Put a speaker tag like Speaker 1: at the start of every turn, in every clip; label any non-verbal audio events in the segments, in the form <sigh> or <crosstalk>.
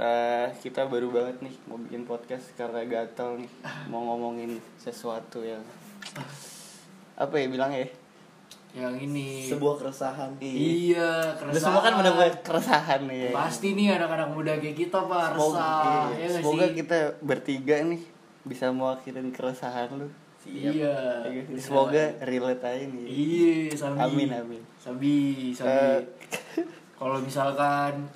Speaker 1: eh, kita baru banget nih mau bikin podcast karena gatel nih mau ngomongin sesuatu yang apa ya bilang ya
Speaker 2: yang ini
Speaker 3: sebuah keresahan
Speaker 2: iya keresahan
Speaker 1: Lu
Speaker 2: Iya.
Speaker 1: semua kan mendapat keresahan nih ya.
Speaker 2: pasti nih anak-anak muda kayak kita pak
Speaker 1: Semoga,
Speaker 2: resah
Speaker 1: iya.
Speaker 2: ya nggak
Speaker 1: Semoga
Speaker 2: sih?
Speaker 1: kita bertiga nih bisa mewakilin keresahan lu.
Speaker 2: iya
Speaker 1: Ya nggak sih? Semoga relate aja nih.
Speaker 2: iya sabi
Speaker 1: Amin, amin.
Speaker 2: sabi sabi
Speaker 1: Eh.
Speaker 2: kalau misalkan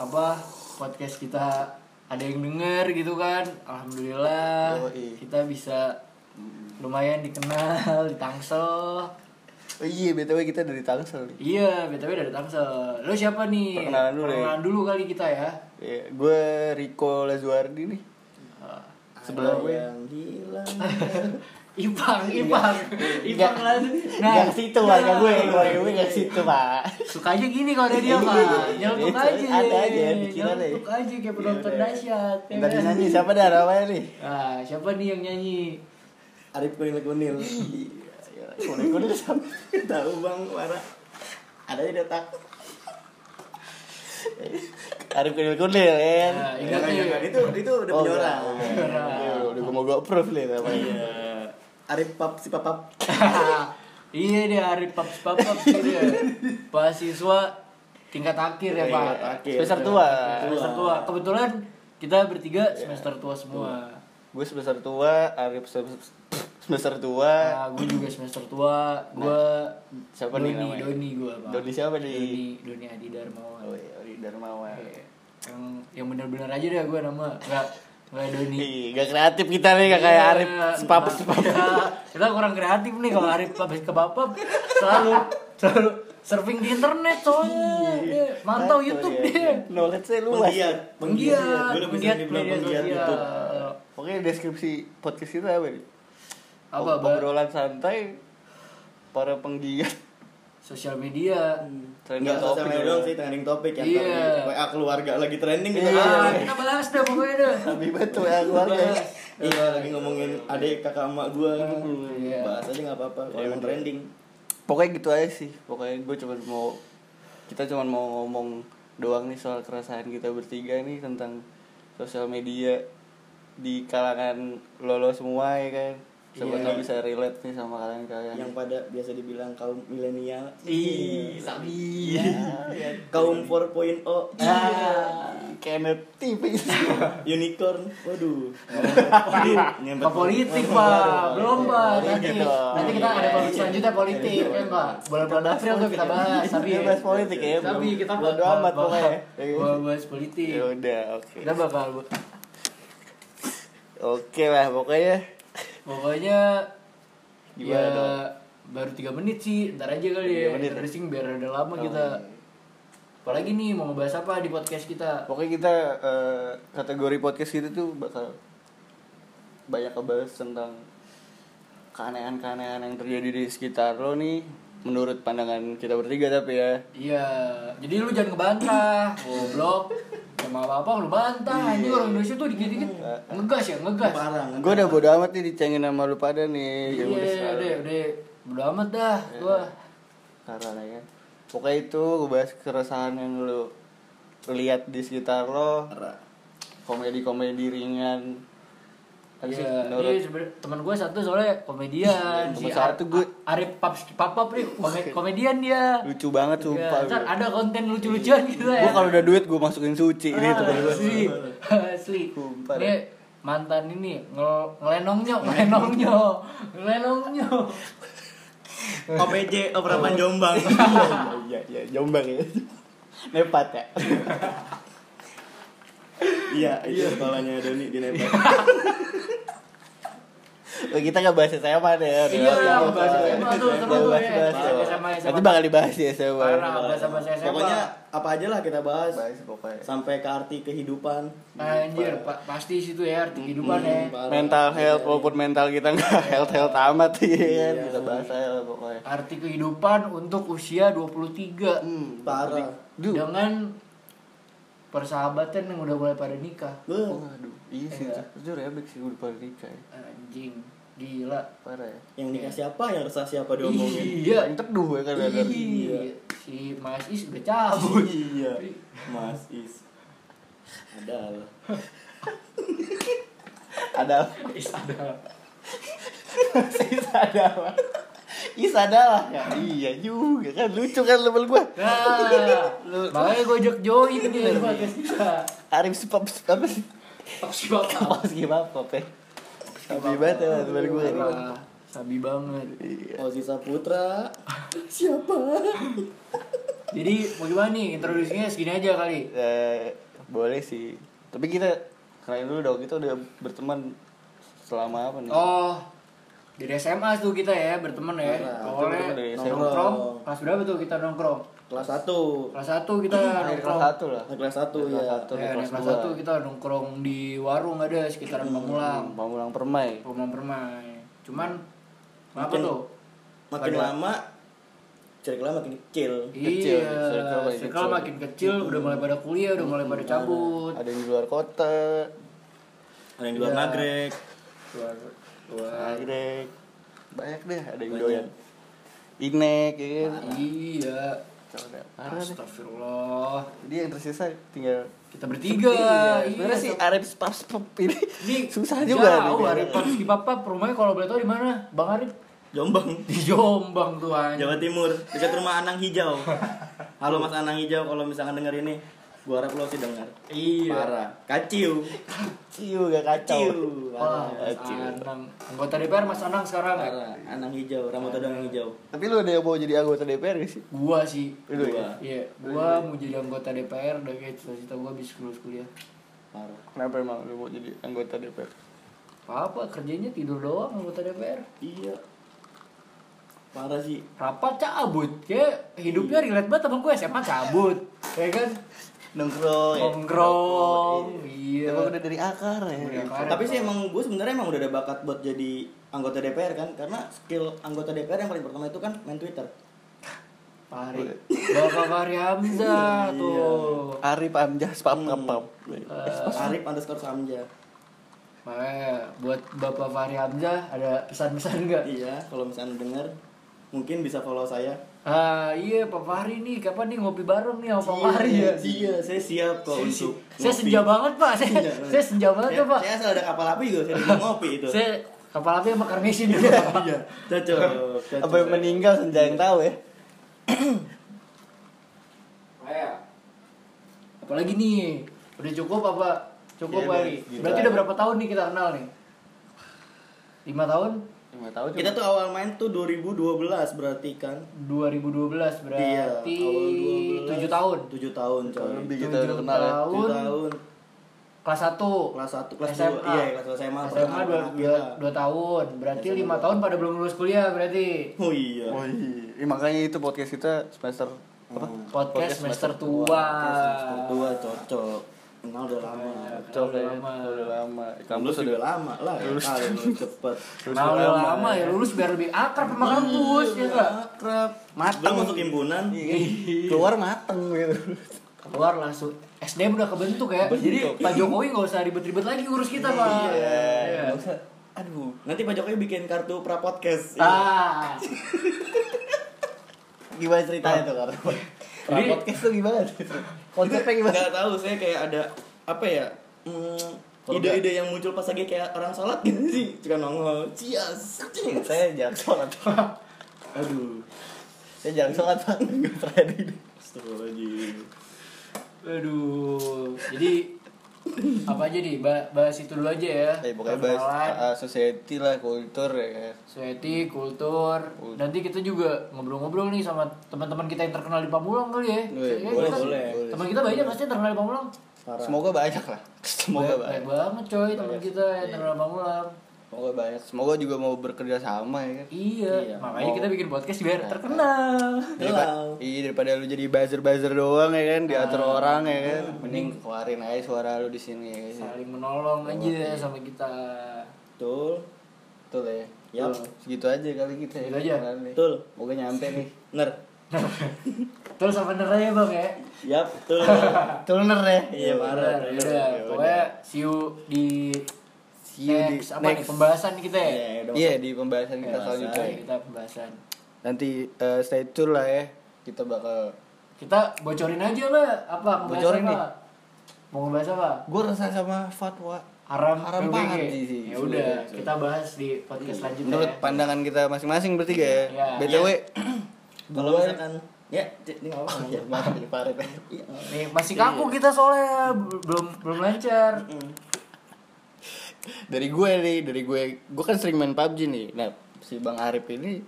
Speaker 2: apa podcast kita ada yang denger gitu kan alhamdulillah
Speaker 1: Yoi.
Speaker 2: kita bisa lumayan dikenal di Tangsel
Speaker 1: Oh iya, btw kita dari Tangsel nih.
Speaker 2: iya btw dari Tangsel lo siapa nih
Speaker 1: Perkenalan dulu ya.
Speaker 2: Perkenalan dulu kali kita ya
Speaker 1: Ya, gue Rico Lazuardi nih.
Speaker 3: sebelah
Speaker 1: Sebelah gue.
Speaker 3: yang hilang
Speaker 2: Ipang, Ipang, Ipang lah.
Speaker 1: Nah, situ warga gue, warga gue gak situ, Pak.
Speaker 2: Suka aja gini kalau ada dia mah, nyeltuk aja.
Speaker 1: Ada aja, Iya, pikiran deh.
Speaker 2: Nyeltuk aja kayak penonton dahsyat. ya
Speaker 1: Ntar
Speaker 2: kan?
Speaker 1: nyanyi siapa dah namanya nih?
Speaker 2: Ah, siapa nih yang nyanyi? <laughs>
Speaker 3: Arif kunil kunil
Speaker 1: Iya, Kulit kulit sama.
Speaker 3: <laughs> tahu bang Wara ada di otak
Speaker 1: Arif kunil kunil kan.
Speaker 2: Nah, ingat
Speaker 3: Jangan,
Speaker 2: nih.
Speaker 3: jangan. itu itu udah
Speaker 1: Oh,
Speaker 3: punya orang
Speaker 1: enggak. Iya, Udah gue mau gue approve nih
Speaker 3: Iya.
Speaker 1: namanya.
Speaker 3: Arif pap si papap
Speaker 2: Iya dia Arif Paps Papap sih dia. Mahasiswa tingkat akhir ya, Pak.
Speaker 1: Tingkat akhir. Semester tua. Iya.
Speaker 2: Semester tua. Kebetulan kita bertiga semester tua semua.
Speaker 1: Gue semester tua, Arif sem- semester tua.
Speaker 2: Nah, gue juga semester tua. Gue
Speaker 1: Nah, siapa nih
Speaker 2: Doni,
Speaker 1: namanya?
Speaker 2: Doni gue pak.
Speaker 1: Doni siapa nih?
Speaker 2: Doni, Doni Adi Darmawan.
Speaker 1: Oh iya, Ori Darmawan.
Speaker 2: Yang yang benar-benar aja deh gue nama. Gak gak Doni.
Speaker 1: Ih, gak kreatif kita nih, gak kayak Arif
Speaker 2: Iya,
Speaker 1: sepap
Speaker 2: nah,
Speaker 1: sepap.
Speaker 2: iya. Kita kurang kreatif nih kalau Arif habis ke bapak selalu selalu surfing di internet soalnya.
Speaker 1: Iya.
Speaker 2: Dia Mantau
Speaker 1: Nah,
Speaker 2: YouTube dia.
Speaker 1: Knowledge saya luas.
Speaker 3: Oh, penggiat
Speaker 2: Penggiat,
Speaker 3: Gua lebih
Speaker 2: penggiat Iya.
Speaker 3: sering dibilang
Speaker 2: media
Speaker 3: penggiat
Speaker 2: sosial.
Speaker 3: YouTube
Speaker 1: Oke, deskripsi podcast kita apa nih? Oh,
Speaker 2: Apa, Pak?
Speaker 1: Obrolan santai para penggiat. <laughs>
Speaker 2: Sosial media.
Speaker 1: Trending
Speaker 3: Enggak
Speaker 1: topic
Speaker 3: sosial media
Speaker 1: ya.
Speaker 3: doang sih trending topik ya.
Speaker 2: Iya.
Speaker 3: Ntar di WA keluarga lagi trending
Speaker 1: Iya.
Speaker 3: gitu.
Speaker 2: Ah,
Speaker 3: kan.
Speaker 2: kita bahas deh pokoknya deh.
Speaker 1: Tapi betul ya keluarga.
Speaker 2: Bahas.
Speaker 3: Iya, lagi ngomongin adik kakak emak gua gitu.
Speaker 2: Iya.
Speaker 3: Bahas aja enggak apa-apa kalau emang trending.
Speaker 1: Pokoknya gitu aja sih. Pokoknya gue cuma mau kita cuma mau ngomong doang nih soal keresahan kita bertiga nih tentang sosial media di kalangan lolo semua ya kan. Semoga
Speaker 2: Iya.
Speaker 1: bisa relate nih sama kalian-kalian.
Speaker 3: Yang pada biasa dibilang kaum milenial.
Speaker 1: Ih,
Speaker 2: Iya.
Speaker 1: sabi.
Speaker 3: Iya. Kaum oh. 4.0.
Speaker 2: Iya.
Speaker 1: Ah, Kenneth tipis.
Speaker 3: Unicorn. Waduh.
Speaker 2: Ke
Speaker 3: Nyempet
Speaker 2: politik pak, belum pak.
Speaker 1: Politik
Speaker 2: Nanti
Speaker 1: dong.
Speaker 2: nanti kita ada topik selanjutnya politik kan pak. Bulan-bulan April tuh kita Iya, bahas. Tapi
Speaker 1: Kita bahas politik ya,
Speaker 2: Tapi
Speaker 1: belum-
Speaker 2: kita
Speaker 1: bodo
Speaker 2: bak-
Speaker 1: amat
Speaker 2: bak-
Speaker 1: pokoknya.
Speaker 2: bak- bahas politik.
Speaker 1: <laughs> Ya udah, oke.
Speaker 2: Kita bakal
Speaker 1: Oke lah pokoknya.
Speaker 2: pokoknya
Speaker 1: Gimana
Speaker 2: ya,
Speaker 1: dong?
Speaker 2: baru 3 menit sih, ntar aja
Speaker 1: Tiga
Speaker 2: kali ya. Oh, iya.
Speaker 1: menit.
Speaker 2: Interesting biar ada lama kita. Apalagi nih mau ngebahas apa di podcast kita?
Speaker 1: Pokoknya kita eh, kategori podcast gitu tuh bakal banyak ngebahas tentang keanehan-keanehan yang terjadi di sekitar lo nih menurut pandangan kita bertiga tapi ya
Speaker 2: Iya, jadi lu jangan ngebantah, goblok. Sama apa-apa lu bantah, anjing orang Indonesia tuh dikit-dikit ngegas ya, ngegas.
Speaker 3: Parah.
Speaker 1: gue udah bodo amat nih dicengin sama lu pada nih
Speaker 2: Iya,
Speaker 1: ya udah
Speaker 2: udah,
Speaker 1: sekarang. Iya.
Speaker 2: udah, udah, udah amat dah, gua.
Speaker 1: karena ya pokoknya itu gue bahas keresahan yang lu lu lihat di sekitar lo
Speaker 3: Parah.
Speaker 1: komedi komedi ringan Apa sih,
Speaker 2: Iya,
Speaker 1: menurut
Speaker 2: ini sebener- teman gua satu soalnya komedian.
Speaker 1: Temen satu gua-
Speaker 2: A- Arif Paps Papap nih, kome- komedian dia.
Speaker 1: lucu banget sumpah
Speaker 2: Iya, ntar
Speaker 1: gue
Speaker 2: ada konten lucu-lucuan gitu ya. Ah,
Speaker 1: kalau udah duit gue masukin suci gitu kan gua.
Speaker 2: Asli, asli.
Speaker 1: Sumpah,
Speaker 2: Ini mantan ini ngel ngelenongnya, ngelenongnya, ngelenongnya.
Speaker 3: OPJ Operaman Jombang.
Speaker 1: iya iya jombang ya <laughs> nepat ya
Speaker 3: Iya, itu sekolahnya Doni di Nepal.
Speaker 1: Oh, kita nggak bahas SMA deh ya
Speaker 2: Iya,
Speaker 1: Iya,
Speaker 2: bahas SMA tuh,
Speaker 1: Jangan
Speaker 2: seru tuh
Speaker 1: bahas-
Speaker 2: ya.
Speaker 1: bahas
Speaker 2: Bahas
Speaker 1: SMA.
Speaker 2: SMA.
Speaker 1: nanti bakal dibahas ya SMA
Speaker 2: Parah, bahasa bahasa SMA.
Speaker 3: Pokoknya apa aja lah kita bahas.
Speaker 1: Bahas pokoknya.
Speaker 3: Sampai ke arti kehidupan.
Speaker 2: anjir, pa- pasti situ ya arti kehidupan ya.
Speaker 3: Parah.
Speaker 1: Hmm, mental health walaupun mental kita nggak <laughs> health health amat iya kan
Speaker 3: Iya.
Speaker 1: kita bahas aja lah pokoknya
Speaker 2: Arti kehidupan untuk usia 23
Speaker 1: Hmm,
Speaker 3: Parah.
Speaker 1: Duh.
Speaker 2: dengan persahabatan yang udah mulai pada nikah.
Speaker 3: Beuh.
Speaker 1: Waduh, iya sih.
Speaker 2: Iya.
Speaker 1: Jujur ya, Bek sih gue udah nikah ya.
Speaker 2: Anjing, gila.
Speaker 1: Parah ya.
Speaker 3: Yang nikah siapa, yang resah siapa diomongin.
Speaker 2: Iya,
Speaker 1: Yang teduh ya kan Oh, ada. <laughs>
Speaker 2: Iya. Si Mas Is udah cabut.
Speaker 3: Iya. Mas Is. Ada
Speaker 1: ada
Speaker 2: Isada.
Speaker 1: Is adalah Is adalah ya iya juga kan lucu kan label gua
Speaker 2: Nah, makanya gue ajak join dia.
Speaker 1: ya, Arif si pop apa sih
Speaker 2: Toksi banget.
Speaker 1: kapas gimana pop ya Sabi banget ya label gua
Speaker 2: Wah, Sabi banget.
Speaker 1: Iya.
Speaker 3: Ozi Saputra. Siapa?
Speaker 2: Jadi mau gimana nih introduksinya segini aja kali.
Speaker 1: Eh, boleh sih tapi kita kenalin dulu dong kita udah berteman selama apa nih
Speaker 2: Oh, dari SMA tuh kita ya berteman ya.
Speaker 3: Nah,
Speaker 1: kita
Speaker 2: Awalnya
Speaker 1: dari SMA.
Speaker 2: nongkrong. Kelas berapa tuh kita nongkrong?
Speaker 3: Kelas 1.
Speaker 2: Kelas 1 kita
Speaker 1: dari kelas
Speaker 2: nongkrong.
Speaker 1: satu lah
Speaker 3: Kelas 1 ya.
Speaker 1: Kelas satu.
Speaker 2: Ya,
Speaker 1: dari
Speaker 2: dari
Speaker 1: kelas
Speaker 2: kelas
Speaker 1: dua. Hmm.
Speaker 2: 1 kita nongkrong di warung ada sekitaran Pamulang.
Speaker 1: pamulang permai
Speaker 2: Rumah permai. Cuman apa
Speaker 3: Mungkin-
Speaker 2: tuh?
Speaker 3: Makin
Speaker 2: Pada-
Speaker 3: lama circle makin kecil.
Speaker 1: Kecil,
Speaker 2: Iya,
Speaker 1: circle makin
Speaker 2: circle
Speaker 1: kecil.
Speaker 2: makin kecil, udah mulai pada kuliah, udah mulai pada cabut.
Speaker 1: ada yang di luar kota
Speaker 3: Ada yang di luar
Speaker 2: Iya.
Speaker 3: nagrek.
Speaker 2: Keluar, keluar.
Speaker 1: nagrek banyak deh ada yang
Speaker 3: Banyak.
Speaker 1: doyan inek ya kan
Speaker 2: Iya.
Speaker 1: Cowok parah deh.
Speaker 2: Astagfirullah.
Speaker 1: Jadi yang tersisa tinggal
Speaker 2: Kita bertiga. Iya,
Speaker 1: Sebenarnya Iya, sih Arif Spap Spap ini <laughs>
Speaker 2: Ini
Speaker 1: susah juga
Speaker 2: Jauh,
Speaker 1: nih.
Speaker 2: Arif harus di Papap. Rumahnya kalau boleh tahu di mana? Bang Arif
Speaker 3: Jombang.
Speaker 2: di Jombang tuh anjing.
Speaker 3: Jawa Timur, dekat rumah Anang Hijau. Halo Mas Anang Hijau, kalau misalkan denger ini, gua harap lo sih denger.
Speaker 2: Iya.
Speaker 3: Parah. Kaciu.
Speaker 1: Ciu gak kacau.
Speaker 3: Kaciu.
Speaker 2: Wah,
Speaker 3: Parah.
Speaker 2: Mas Anang. Anggota DPR Mas Anang sekarang ya?
Speaker 3: Parah. Anang Hijau, rambut ada Anang Hijau.
Speaker 1: Tapi lu ada yang mau jadi anggota DPR gak sih?
Speaker 2: Gua sih.
Speaker 1: Lu
Speaker 3: Gua.
Speaker 1: ya?
Speaker 2: Iya, gua mau jadi anggota DPR udah kayak cita-cita gua habis lulus kuliah.
Speaker 3: Parah.
Speaker 1: Kenapa emang lu mau jadi anggota DPR?
Speaker 2: Apa kerjanya tidur doang anggota DPR?
Speaker 3: Iya. Parah sih.
Speaker 2: Rapat cabut, kayak hidupnya
Speaker 1: Iya.
Speaker 2: relate banget sama gue SMA cabut, ya kan?
Speaker 1: Nongkrong. ya?
Speaker 2: Nongkrong, iya.
Speaker 1: Emang udah dari akar ya.
Speaker 2: Dari akar.
Speaker 3: Tapi sih emang gue sebenarnya emang udah ada bakat buat jadi anggota DPR kan karena skill anggota DPR yang paling pertama itu kan main Twitter.
Speaker 2: Fahri, Bapak Fahri Hamzah
Speaker 1: Iya.
Speaker 2: tuh.
Speaker 1: Arif Amjah Spap Spap Spap. Ah.
Speaker 3: Arif underscore Samja.
Speaker 2: Makanya buat Bapak Fahri Hamzah ada pesan-pesan nggak?
Speaker 3: Iya, kalau misalnya denger mungkin bisa follow saya.
Speaker 2: Ah iya Pak Fahri nih, kapan nih ngopi bareng nih sama Pak Fahri ya?
Speaker 3: Iya, saya siap kok untuk.
Speaker 2: Saya
Speaker 3: ngopi.
Speaker 2: senja banget Pak, saya,
Speaker 3: Iya, Pak.
Speaker 2: saya senja banget
Speaker 3: Saya,
Speaker 2: ya Pak.
Speaker 3: saya asal ada kapal api juga, saya bisa ngopi itu.
Speaker 2: Saya kapal api sama karnesi dulu Pak.
Speaker 3: Cocok. cocok.
Speaker 1: Apa yang meninggal senja yang tahu ya?
Speaker 2: Apalagi nih, udah cukup apa? Cukup
Speaker 1: Iya,
Speaker 2: Pak
Speaker 1: udah,
Speaker 2: Eri.
Speaker 1: gitu
Speaker 2: Berarti
Speaker 1: aja.
Speaker 2: udah berapa tahun nih kita kenal nih? Lima tahun?
Speaker 1: Lima tahun
Speaker 3: Kita tuh awal main tuh 2012 berarti kan.
Speaker 2: 2012
Speaker 3: Iya,
Speaker 2: berarti tujuh tahun.
Speaker 3: 7 tahun coy.
Speaker 1: lebih kita
Speaker 2: Tujuh
Speaker 1: udah kenal ya.
Speaker 2: tahun.
Speaker 3: 7 tahun.
Speaker 2: Kelas 1
Speaker 3: kelas 1 kelas
Speaker 2: SMA.
Speaker 3: 2 iya kelas 2 SMA
Speaker 2: SMA dua,
Speaker 3: perkenalan anak
Speaker 2: dua,
Speaker 3: kita.
Speaker 2: dua tahun berarti lima tahun pada belum lulus kuliah berarti
Speaker 3: oh iya
Speaker 1: Oh iya, Ih, makanya itu podcast kita semester apa?
Speaker 2: podcast, semester tua,
Speaker 3: semester tua cocok kenal udah lama
Speaker 2: Iya.
Speaker 1: Cocok ya,
Speaker 2: Udah lama.
Speaker 1: udah lama.
Speaker 3: lulus
Speaker 1: Kampus
Speaker 3: juga
Speaker 1: udah
Speaker 3: lama lah ya
Speaker 1: Lulus.
Speaker 3: kali lulus cepet
Speaker 1: Terus
Speaker 2: Nah, udah
Speaker 1: lama,
Speaker 2: lama ya lulus biar lebih akrab sama kampus ya enggak?
Speaker 1: akrab, Iya.
Speaker 3: belum masuk himpunan
Speaker 1: keluar mateng gitu.
Speaker 2: Keluar langsung SDM udah kebentuk ya. Jadi Pak Jokowi nggak usah ribet-ribet lagi ngurus kita, Pak. Iya.
Speaker 1: Nggak usah. Aduh,
Speaker 3: nanti Pak Jokowi bikin kartu pra podcast
Speaker 2: Nah,
Speaker 1: gimana ceritanya tuh karena
Speaker 2: Jadi-
Speaker 1: podcast tuh gimana? Konsepnya gimana?
Speaker 3: Iya. nggak tahu saya kayak ada apa ya hmm,
Speaker 1: Kalau
Speaker 3: ide-ide yang muncul pas lagi kayak orang sholat gitu sih suka nongol cias cias.
Speaker 1: Saya jarang sholat.
Speaker 3: aduh
Speaker 1: Saya jarang sholat pak. Nggak pernah di-
Speaker 3: Astagfirullahaladzim
Speaker 2: aduh. Jadi apa aja nih? Ba- bahas itu dulu aja ya.
Speaker 1: Eh pokoknya bahas
Speaker 2: Perkenalan,
Speaker 1: ah, society lah, kultur ya.
Speaker 2: Society, kultur.
Speaker 1: Kultur.
Speaker 2: Nanti kita juga ngobrol-ngobrol nih sama teman-teman kita yang terkenal di Pamulang kali ya.
Speaker 1: Boleh,
Speaker 2: Kayaknya
Speaker 3: boleh,
Speaker 2: kita-
Speaker 3: boleh.
Speaker 2: Teman kita banyak pasti yang terkenal di Pamulang.
Speaker 3: parah
Speaker 1: Semoga banyak lah. <laughs> Semoga
Speaker 2: Baik-
Speaker 1: banyak.
Speaker 2: baik banget coy teman kita yang terkenal di Pamulang.
Speaker 1: Semoga banyak. Semoga juga mau bekerja sama ya kan.
Speaker 2: Iya,
Speaker 3: Iya.
Speaker 2: makanya
Speaker 1: Mau-
Speaker 2: kita bikin podcast biar terkenal.
Speaker 1: Daripada,
Speaker 3: Hello.
Speaker 1: iya, daripada lu jadi buzzer-buzzer doang ya kan, diatur orang ya kan. Mending keluarin aja suara lu di sini ya kan.
Speaker 2: Saling menolong aja sama kita.
Speaker 3: betul
Speaker 1: Betul ya.
Speaker 3: Yap.
Speaker 1: Segitu aja kali kita. ya.
Speaker 2: Segitu aja.
Speaker 1: Kali.
Speaker 3: betul
Speaker 1: Moga nyampe nih.
Speaker 3: ner
Speaker 2: Terus sama bener aja bang ya.
Speaker 3: Yap, betul.
Speaker 1: Tuner ya.
Speaker 3: Iya, parah.
Speaker 2: Bener,
Speaker 3: bener.
Speaker 2: udah. ya. Pokoknya see you di
Speaker 1: See you di
Speaker 2: next, apa nih
Speaker 1: next.
Speaker 2: pembahasan kita ya.
Speaker 3: Iya, udah.
Speaker 1: Iya di pembahasan kita
Speaker 3: Pembahasan.
Speaker 1: selanjutnya.
Speaker 2: Oke, kita pembahasan.
Speaker 1: Nanti eh, stay tune lah ya. Kita bakal
Speaker 2: Kita bocorin aja lah apa pembahasan
Speaker 1: Bocorin
Speaker 2: apa.
Speaker 1: nih.
Speaker 2: Mau ngebahas apa?
Speaker 1: Gue rasa sama fatwa.
Speaker 2: Haram,
Speaker 1: Haram
Speaker 2: PBG.
Speaker 1: banget sih, sih. Iya,
Speaker 2: Ya udah, kita bahas di podcast selanjutnya.
Speaker 1: Menurut
Speaker 2: ya.
Speaker 1: pandangan kita masing-masing bertiga ya.
Speaker 2: Iya.
Speaker 1: BTW.
Speaker 3: Kalau misalkan ya, ini nggak apa-apa.
Speaker 1: Ya, maaf ini parit.
Speaker 3: Iya.
Speaker 2: Nih, masih kaku kita soalnya belum belum lancar.
Speaker 1: Dari gue nih, dari gue, gue kan sering main PUBG nih. Nah, si Bang Arif ini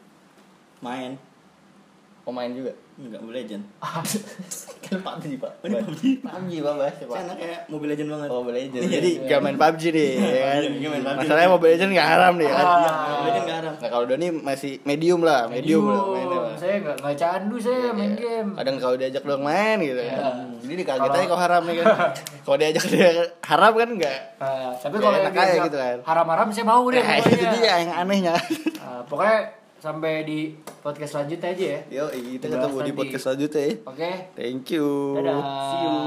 Speaker 3: Main.
Speaker 1: pemain juga.
Speaker 3: Enggak, Mobile Legend.
Speaker 1: kan PUBG pak.
Speaker 3: Oh, ini PUB.
Speaker 1: PUBG pak bahas ya,
Speaker 3: Saya
Speaker 1: pak.
Speaker 3: anak kayak Mobile Legend banget.
Speaker 1: Oh, Mobile Legends.
Speaker 3: Iya.
Speaker 1: Jadi gak main PUBG nih, ya kan?
Speaker 3: Gak main PUBG.
Speaker 1: Masalahnya Mobile Legends gak haram nih kan?
Speaker 2: Ah.
Speaker 3: Mobile Legend enggak Iya, haram.
Speaker 1: Nah kalau Doni masih medium lah, medium, lah mainnya.
Speaker 2: Yuk,
Speaker 1: lah.
Speaker 2: Saya nggak nggak candu saya main
Speaker 1: Iya.
Speaker 2: game.
Speaker 1: Kadang kalau diajak doang main gitu kan.
Speaker 2: Iya.
Speaker 1: Jadi dikaget
Speaker 2: Kalau-
Speaker 1: aja kalau haram nih kan. kalau diajak dia haram kan enggak.
Speaker 2: Ah, tapi
Speaker 1: Ya,
Speaker 2: kalau
Speaker 1: enak
Speaker 2: yang diajak
Speaker 1: aja gitu kan.
Speaker 2: haram-haram saya mau
Speaker 1: <laughs>
Speaker 2: deh.
Speaker 1: Nah, itu
Speaker 2: pokoknya.
Speaker 1: dia yang anehnya.
Speaker 2: Ah, pokoknya sampai di podcast selanjutnya aja ya.
Speaker 1: Yo, kita
Speaker 2: Dibahas
Speaker 1: ketemu di
Speaker 2: nanti.
Speaker 1: podcast selanjutnya ya.
Speaker 2: Oke.
Speaker 1: Thank you.
Speaker 2: Dadah.
Speaker 1: See you.